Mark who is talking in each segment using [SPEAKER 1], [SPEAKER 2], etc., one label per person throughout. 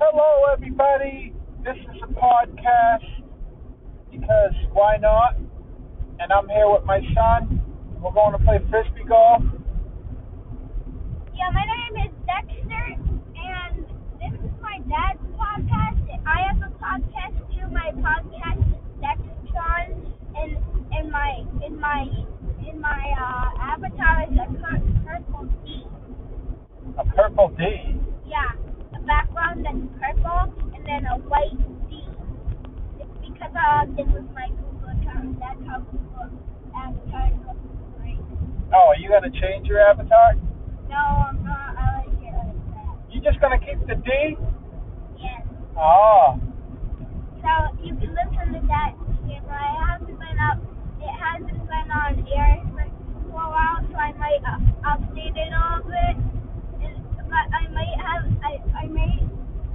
[SPEAKER 1] Hello, everybody. This is a podcast because why not? And I'm here with my son. We're going to play frisbee golf.
[SPEAKER 2] Yeah, my name is Dexter, and this is my dad's podcast. I have a podcast too. My podcast is Dextron, and and my in my in my uh, avatar is a cur- purple D.
[SPEAKER 1] A purple D.
[SPEAKER 2] Yeah, a background that's purple, and then a white D. It's because I logged in with my Google account. That's how Google avatar looks like.
[SPEAKER 1] Oh, are you going to change your avatar?
[SPEAKER 2] No, I'm not. I like it like that.
[SPEAKER 1] You just going to keep the D?
[SPEAKER 2] Yes.
[SPEAKER 1] Oh,
[SPEAKER 2] So you can listen to that camera. It hasn't been up. It hasn't been on air for, for a while, so I might uh, update it a little bit. And, but I might have. I I might.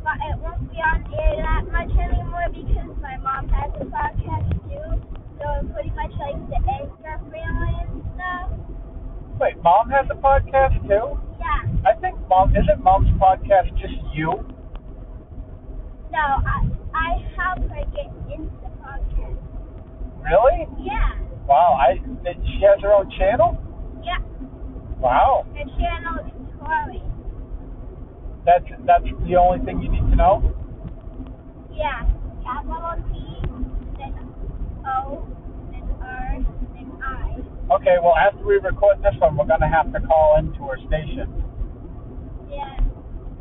[SPEAKER 2] But it won't be on air that much anymore because my mom has a podcast too. So it's pretty much like the anchor family and stuff.
[SPEAKER 1] wait, mom has a podcast too?
[SPEAKER 2] Yeah.
[SPEAKER 1] I think mom, isn't mom's podcast just you?
[SPEAKER 2] No, I I help her get into the podcast.
[SPEAKER 1] Really?
[SPEAKER 2] Yeah.
[SPEAKER 1] Wow, I, that she has her own channel?
[SPEAKER 2] Yeah.
[SPEAKER 1] Wow.
[SPEAKER 2] Her channel is Chloe.
[SPEAKER 1] That's, that's the only thing you need to know?
[SPEAKER 2] Yeah, capital T, then O, then R, then I.
[SPEAKER 1] Okay, well, after we record this one, we're going to have to call into her station
[SPEAKER 2] Yeah,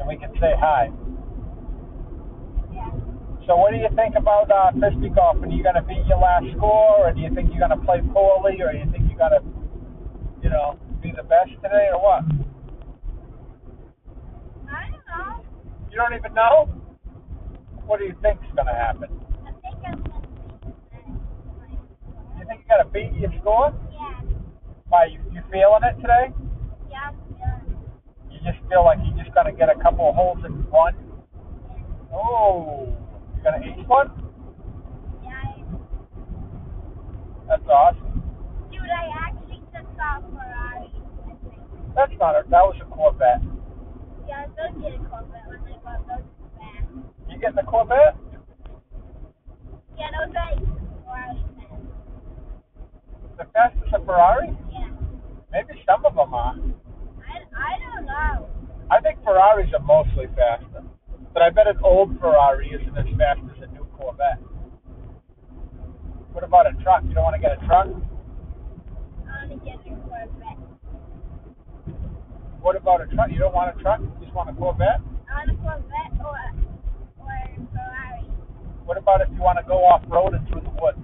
[SPEAKER 1] and we can say hi.
[SPEAKER 2] yeah.
[SPEAKER 1] So, what do you think about uh, frisbee golf? Are you going to beat your last score, or do you think you're going to play poorly, or you think you're going to, you know, be the best today, or what?
[SPEAKER 2] I don't know.
[SPEAKER 1] You don't even know? What do you think's going to happen?
[SPEAKER 2] I think I'm gonna
[SPEAKER 1] You think you're going to beat your score?
[SPEAKER 2] Yeah,
[SPEAKER 1] Why, you, you feeling it today?
[SPEAKER 2] yeah, I'm feeling
[SPEAKER 1] You just feel like you're just going to get a couple of holes in one? Oh, you're going to ace one?
[SPEAKER 2] it. Yeah, I,
[SPEAKER 1] That's awesome.
[SPEAKER 2] dude, I actually just saw a Ferrari. I think.
[SPEAKER 1] That's not a, that was a Corvette.
[SPEAKER 2] Yeah, I was gonna get a Corvette when I bought those back.
[SPEAKER 1] You getting a Corvette?
[SPEAKER 2] Yeah, those are like Ferrari fans.
[SPEAKER 1] The fastest a Ferrari?
[SPEAKER 2] Yeah.
[SPEAKER 1] Maybe some of them are.
[SPEAKER 2] I, I don't know.
[SPEAKER 1] I think Ferraris are mostly faster, but I bet an old Ferrari isn't as fast as a new Corvette. What about a truck? You don't want to get a truck?
[SPEAKER 2] I wanna get a Corvette.
[SPEAKER 1] What about a truck? You don't want a truck? You just want a Corvette?
[SPEAKER 2] on a Corvette or or a Ferrari.
[SPEAKER 1] What about if you want to go off road and through the woods?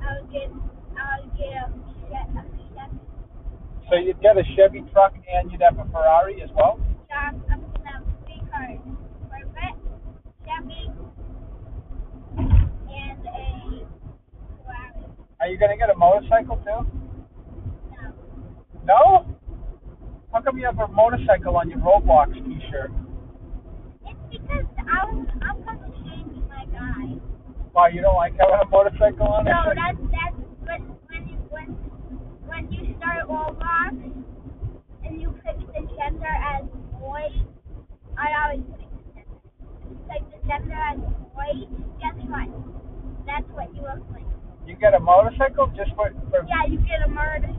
[SPEAKER 2] I would get I would get a Chef a Chef
[SPEAKER 1] So you'd get a Chevy truck and you'd have a Ferrari as well?
[SPEAKER 2] John. I'm gonna have three cars: Corvette, Chevy, and a Ferrari.
[SPEAKER 1] Are you going to get a motorcycle too?
[SPEAKER 2] No,
[SPEAKER 1] No? How come you have a motorcycle on your Roblox t shirt?
[SPEAKER 2] it's because I'm I'm gonna change my guy.
[SPEAKER 1] Wow, you don't like having a motorcycle on it?
[SPEAKER 2] So that's that's when when you when when you start Roblox and you pick the gender as boy. I always pick the gender. If you pick the gender as boy, guess what? That's what you look like.
[SPEAKER 1] You get a motorcycle just for, for
[SPEAKER 2] Yeah, you get a motorcycle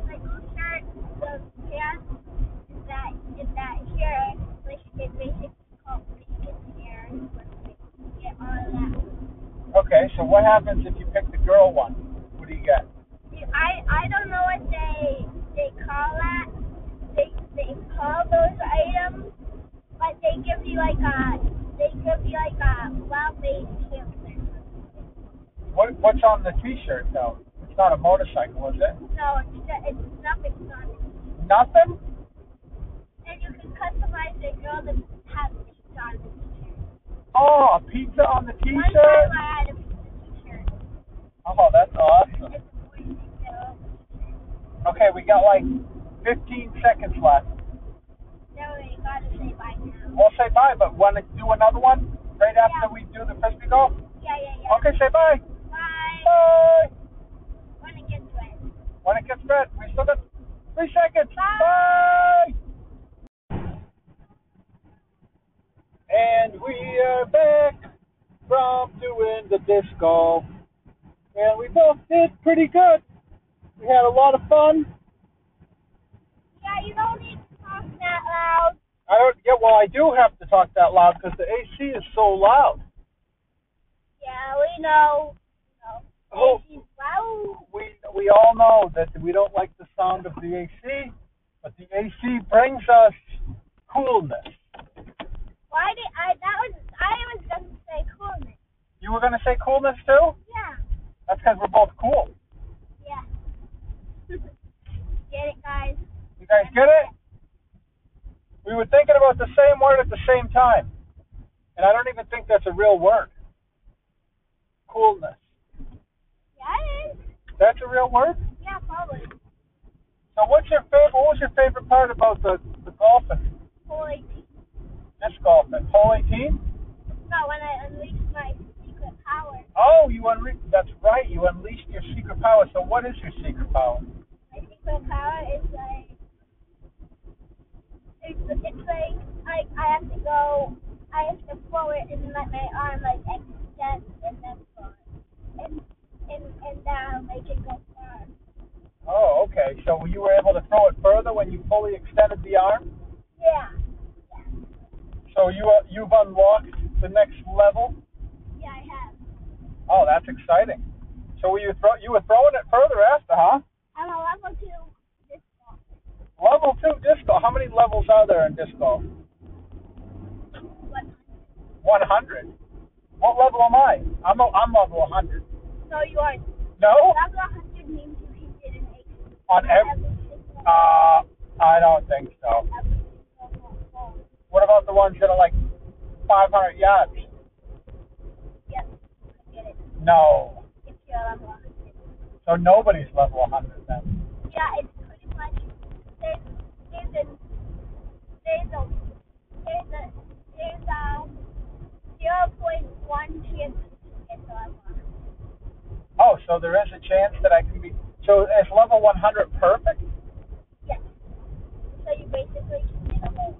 [SPEAKER 2] shirt, those pants, and that and that hair, which it basically called bacon hair. You get all of that.
[SPEAKER 1] Okay, so what happens if you pick the girl one? What do you get?
[SPEAKER 2] I I don't know what they they call that. They they call those items, but they give you like a they give you like a well made hamster.
[SPEAKER 1] What what's on the T-shirt though? It's not a motorcycle, is it?
[SPEAKER 2] So it's ju- it's nothing's on it,
[SPEAKER 1] Nothing.
[SPEAKER 2] and you can customize the girl to have pizza on the t-shirt.
[SPEAKER 1] Oh, a pizza on the
[SPEAKER 2] One time
[SPEAKER 1] T-shirt.
[SPEAKER 2] I had a pizza t-shirt.
[SPEAKER 1] Oh, that's awesome.
[SPEAKER 2] It's a boy t-shirt.
[SPEAKER 1] Okay, we got like 15 seconds left.
[SPEAKER 2] No, you gotta say bye now.
[SPEAKER 1] We'll say bye, but want to do another one right after
[SPEAKER 2] Yeah.
[SPEAKER 1] we do the frisbee golf?
[SPEAKER 2] Yeah, yeah, yeah.
[SPEAKER 1] Okay, say bye.
[SPEAKER 2] Bye.
[SPEAKER 1] Bye.
[SPEAKER 2] Wanna get wet.
[SPEAKER 1] When it gets red, we still got three seconds.
[SPEAKER 2] Bye.
[SPEAKER 1] Bye. And we We are back from doing the disco, and we both did pretty good. We had a lot of fun.
[SPEAKER 2] Yeah, you don't need to talk that loud.
[SPEAKER 1] I don't. Yeah, well, I do have to talk that loud because the AC is so loud.
[SPEAKER 2] Yeah, we know.
[SPEAKER 1] Oh,
[SPEAKER 2] She's loud.
[SPEAKER 1] we we all know that we don't like the sound of the AC, but the AC brings us coolness.
[SPEAKER 2] Why did I? That was I was gonna say coolness.
[SPEAKER 1] You were gonna say coolness too?
[SPEAKER 2] Yeah.
[SPEAKER 1] That's because we're both cool.
[SPEAKER 2] Yeah. Get it, guys.
[SPEAKER 1] You guys get it? We were thinking about the same word at the same time, and I don't even think that's a real word. Coolness.
[SPEAKER 2] Yeah, it is.
[SPEAKER 1] That's a real word.
[SPEAKER 2] Yeah, probably.
[SPEAKER 1] So, what's your favorite? What was your favorite part about the the golfing?
[SPEAKER 2] Holy.
[SPEAKER 1] Disc golfing, hole 18?
[SPEAKER 2] No, when I unleash my secret power,
[SPEAKER 1] Oh, you unleashed. That's right. You unleashed your secret power. So, what is your secret power?
[SPEAKER 2] my secret power is like it's, it's like I I have to go. I have to forward and then let my arm like extend and then forward and and and that'll make it go far.
[SPEAKER 1] Oh, okay. So you were able to throw it further when you fully extended the arm.
[SPEAKER 2] Yeah.
[SPEAKER 1] So you uh, you've unlocked the next level.
[SPEAKER 2] Yeah, I have.
[SPEAKER 1] Oh, that's exciting. So were you throw you were throwing it further after, huh?
[SPEAKER 2] I'm a level two this fall.
[SPEAKER 1] Level two disc golf. How many levels are there in disc golf?
[SPEAKER 2] But
[SPEAKER 1] 100. What level am I? I'm a, I'm level 100.
[SPEAKER 2] no, you aren't.
[SPEAKER 1] No,
[SPEAKER 2] Level 100 means you can get an eight.
[SPEAKER 1] on every.
[SPEAKER 2] single-
[SPEAKER 1] Uh, I don't think so.
[SPEAKER 2] every single goal.
[SPEAKER 1] What about the ones that are like 500 yards?
[SPEAKER 2] Yes, I get it.
[SPEAKER 1] No.
[SPEAKER 2] If you're level 100.
[SPEAKER 1] So nobody's level 100 then.
[SPEAKER 2] Yeah, it's pretty much there's there's a there's a there's a there's a zero point one chance it's on
[SPEAKER 1] Oh, so there is a chance that I can be. So is level 100 perfect?
[SPEAKER 2] Yes. So you basically can get a whole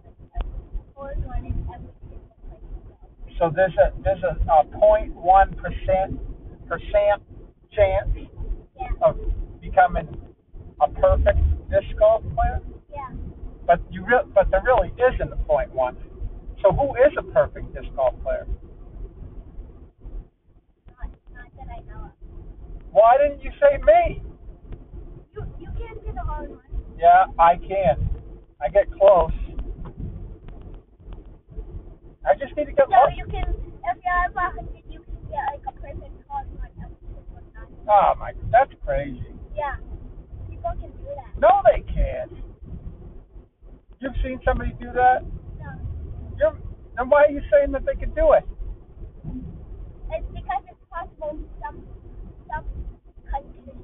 [SPEAKER 2] four one in every single place you go.
[SPEAKER 1] So there's a there's a, a 0.1 percent percent chance
[SPEAKER 2] Yeah,
[SPEAKER 1] of becoming a perfect disc golf player,
[SPEAKER 2] yeah.
[SPEAKER 1] but you re- but there really isn't a 0.1. So who is a perfect disc golf player?
[SPEAKER 2] Not not that I know of.
[SPEAKER 1] Why didn't you say me?
[SPEAKER 2] You you can get a whole one.
[SPEAKER 1] Yeah, I can. I get close. I just need to get
[SPEAKER 2] So
[SPEAKER 1] lucky.
[SPEAKER 2] you can if you're level hundred you can get like a perfect whole one every single time.
[SPEAKER 1] Oh my, that's crazy.
[SPEAKER 2] Yeah. People can do that.
[SPEAKER 1] No, they can't. You've seen somebody do that?
[SPEAKER 2] So
[SPEAKER 1] You're, then why are you saying that they can do it?
[SPEAKER 2] It's because it's possible in some some countries.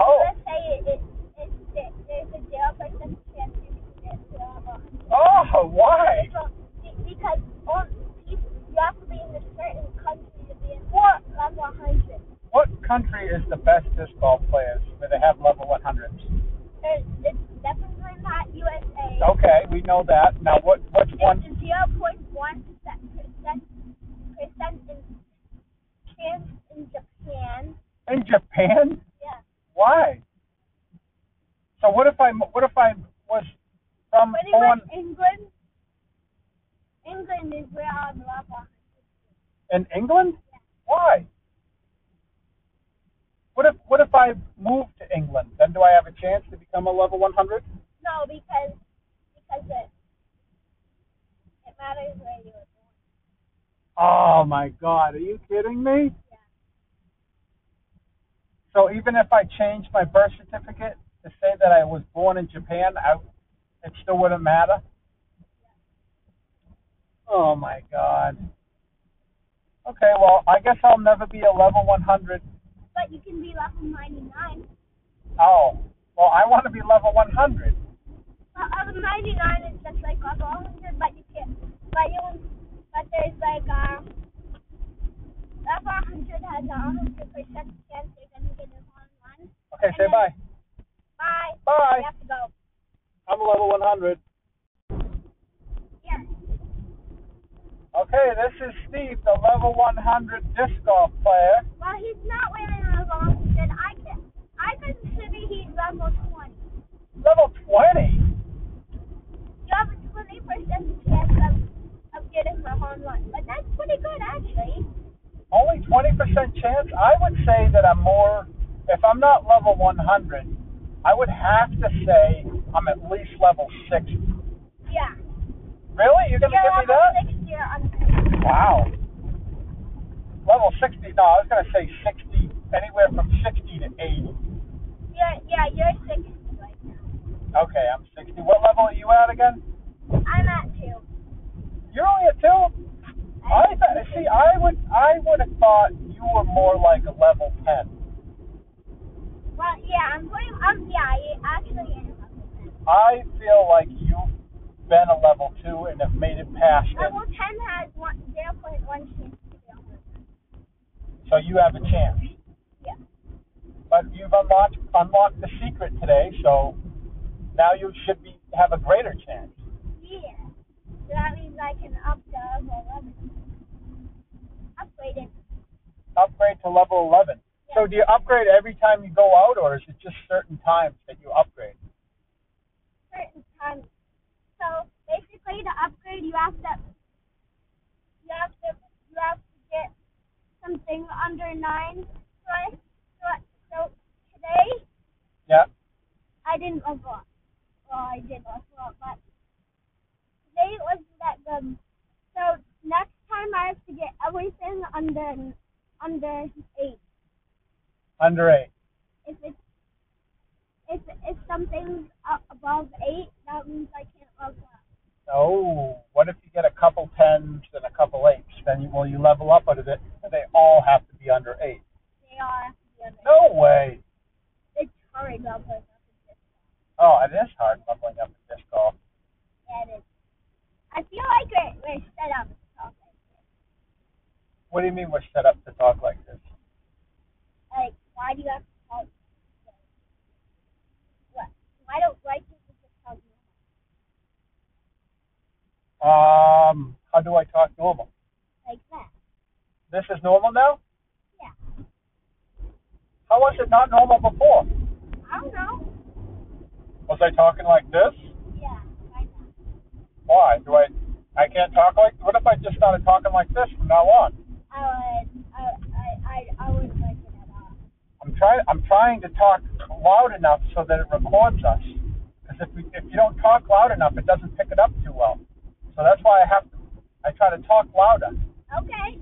[SPEAKER 1] Oh,
[SPEAKER 2] Let's say it, it, it's it, there's a zero percent chance you can get to level.
[SPEAKER 1] oh, why?
[SPEAKER 2] Because all you you have to be in a certain country to be in
[SPEAKER 1] What?
[SPEAKER 2] level 100.
[SPEAKER 1] What country is the best disc golf players where they have level 100s?
[SPEAKER 2] There's, it's definitely not USA.
[SPEAKER 1] Okay, we know that. Now, what? What's one?
[SPEAKER 2] It's zero point one percent percent percent in chance in Japan.
[SPEAKER 1] In Japan?
[SPEAKER 2] Yeah.
[SPEAKER 1] Why? So what if I what if I was from
[SPEAKER 2] Pretty
[SPEAKER 1] born
[SPEAKER 2] much England. England is where all the lava.
[SPEAKER 1] in England? Why? What if what if I move to England? Then do I have a chance to become a level 100?
[SPEAKER 2] No, because because it it matters where you were born.
[SPEAKER 1] Oh my God! Are you kidding me? So even if I changed my birth certificate to say that I was born in Japan, I it still wouldn't matter. Oh my God. Okay, well I guess I'll never be a level 100.
[SPEAKER 2] But you can be level 99.
[SPEAKER 1] Oh, well I want to be level 100.
[SPEAKER 2] Well, level 99 is just like level 100, but you can but you but there's like um level 100 has a 100 percent chance you're gonna get a one one.
[SPEAKER 1] Okay, say bye.
[SPEAKER 2] Bye.
[SPEAKER 1] Bye.
[SPEAKER 2] You have to go.
[SPEAKER 1] I'm a level 100.
[SPEAKER 2] Yeah.
[SPEAKER 1] Okay, this is Steve, the level 100 disc golf player.
[SPEAKER 2] Well, he's not wearing a long shirt. I can, I consider he's level 20.
[SPEAKER 1] Level 20?
[SPEAKER 2] You have a 20% chance of, of getting the home run, but that's pretty good actually.
[SPEAKER 1] Only 20% chance? I would say that I'm more, if I'm not level 100, I would have to say I'm at least level 60.
[SPEAKER 2] Yeah.
[SPEAKER 1] Really? You're going to give me that?
[SPEAKER 2] You're level 60 or under.
[SPEAKER 1] Wow. Level 60, no, I was going to say 60, anywhere from 60 to 80.
[SPEAKER 2] You're, yeah, you're 60 right now.
[SPEAKER 1] Okay, I'm 60. What level are you at again?
[SPEAKER 2] I'm at 2.
[SPEAKER 1] You're only at two? I th- see. I would. I would have thought you were more like a level ten.
[SPEAKER 2] Well, yeah, I'm pretty. Um, yeah, I actually am. level 10.
[SPEAKER 1] I feel like you've been a level two and have made it past it,
[SPEAKER 2] Level 10 has one, 0.1 chance to get home.
[SPEAKER 1] so you have a chance.
[SPEAKER 2] Yeah.
[SPEAKER 1] But you've unlocked unlocked the secret today, so now you should be have a greater chance.
[SPEAKER 2] Yeah. So that means I can up to level 11. Upgrade it.
[SPEAKER 1] Upgrade to level eleven. So do you upgrade every time you go out, or is it just certain times that you upgrade?
[SPEAKER 2] certain time. So basically, to upgrade, you have to you have to you have to get something under nine. So, I, so, I- so today
[SPEAKER 1] Yeah.
[SPEAKER 2] I didn't level up. Well, I did level up, but today it wasn't that good. So next time I have to get everything under under eight.
[SPEAKER 1] Under eight.
[SPEAKER 2] If it's if if something's up above eight, that means I can't level up.
[SPEAKER 1] Oh, what if you get a couple tens and a couple eights? Then you, will you level up out of it? They all have to be under eight.
[SPEAKER 2] They are the other.
[SPEAKER 1] No way.
[SPEAKER 2] It's hard leveling up in this.
[SPEAKER 1] Oh, it is hard leveling up in disc golf.
[SPEAKER 2] Yeah, it is. I feel like we're, we're set up to talk like this.
[SPEAKER 1] What do you mean we're set up to talk like this?
[SPEAKER 2] Like, why do you have to talk like this? What? Why don't white people just talk normal?
[SPEAKER 1] Um, how do I talk normal?
[SPEAKER 2] like that?
[SPEAKER 1] This is normal now?
[SPEAKER 2] Yeah.
[SPEAKER 1] How was it not normal before?
[SPEAKER 2] I don't know.
[SPEAKER 1] Was I talking like this?
[SPEAKER 2] Yeah, why not?
[SPEAKER 1] Why? Do I I can't talk like what if I just started talking like this from now on?
[SPEAKER 2] I would, I, I, I, I wouldn't like it at all.
[SPEAKER 1] I'm trying. I'm trying to talk loud enough so that it records us. Because if we, if you don't talk loud enough, it doesn't pick it up too well. So that's why I have to. I try to talk louder.
[SPEAKER 2] Okay,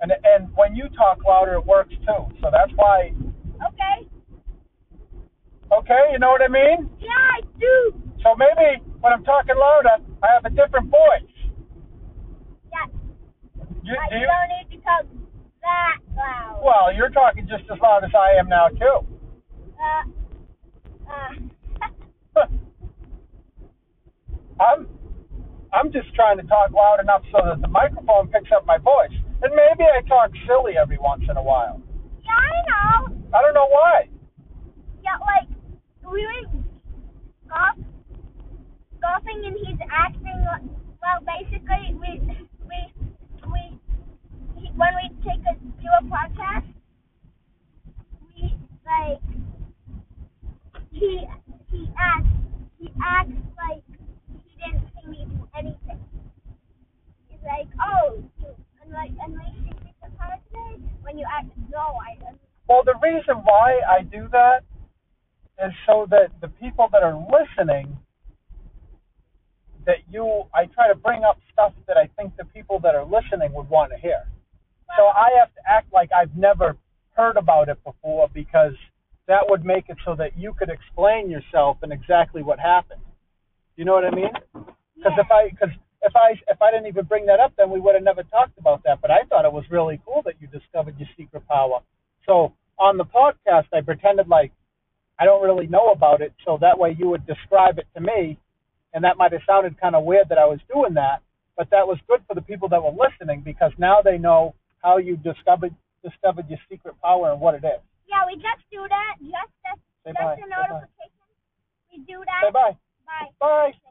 [SPEAKER 1] And and when you talk louder, it works too. So that's why.
[SPEAKER 2] okay.
[SPEAKER 1] Okay, you know what I mean.
[SPEAKER 2] Yeah, I do.
[SPEAKER 1] So maybe when I'm talking louder, I have a different voice.
[SPEAKER 2] Yeah,
[SPEAKER 1] You,
[SPEAKER 2] but
[SPEAKER 1] do
[SPEAKER 2] you
[SPEAKER 1] you?
[SPEAKER 2] don't need to talk that loud.
[SPEAKER 1] Well, you're talking just as loud as I am now too.
[SPEAKER 2] Uh, uh.
[SPEAKER 1] I'm I'm just trying to talk loud enough so that the microphone picks up my voice. And maybe I talk silly every once in a while.
[SPEAKER 2] yeah, I know.
[SPEAKER 1] I don't know why.
[SPEAKER 2] Yeah, like we went golf, golfing, and he's acting. li- Well, basically, we we we he, when we take a do a podcast, we like he he acts he acts like he didn't see me do anything. He's like, oh, you- and like unless you think the part today, when you act, no, I didn't.
[SPEAKER 1] Well, the reason why I do that is so that the people that are listening that you I try to bring up stuff that I think the people that are listening would want to hear. So I have to act like I've never heard about it before because that would make it so that you could explain yourself and exactly what happened. You know what I mean? Because if I because if I if I didn't even bring that up, then we would have never talked about that. But I thought it was really cool that you discovered your secret power. So on the podcast, I pretended like I don't really know about it, so that way you would describe it to me, and that might have sounded kind of weird that I was doing that, but that was good for the people that were listening because now they know how you discovered discovered your secret power and what it is.
[SPEAKER 2] Yeah, we just do that. Just as
[SPEAKER 1] Say
[SPEAKER 2] just
[SPEAKER 1] bye.
[SPEAKER 2] a
[SPEAKER 1] Say bye.
[SPEAKER 2] notification. We do
[SPEAKER 1] Say
[SPEAKER 2] that.
[SPEAKER 1] bye.
[SPEAKER 2] Bye.
[SPEAKER 1] Bye.
[SPEAKER 2] Say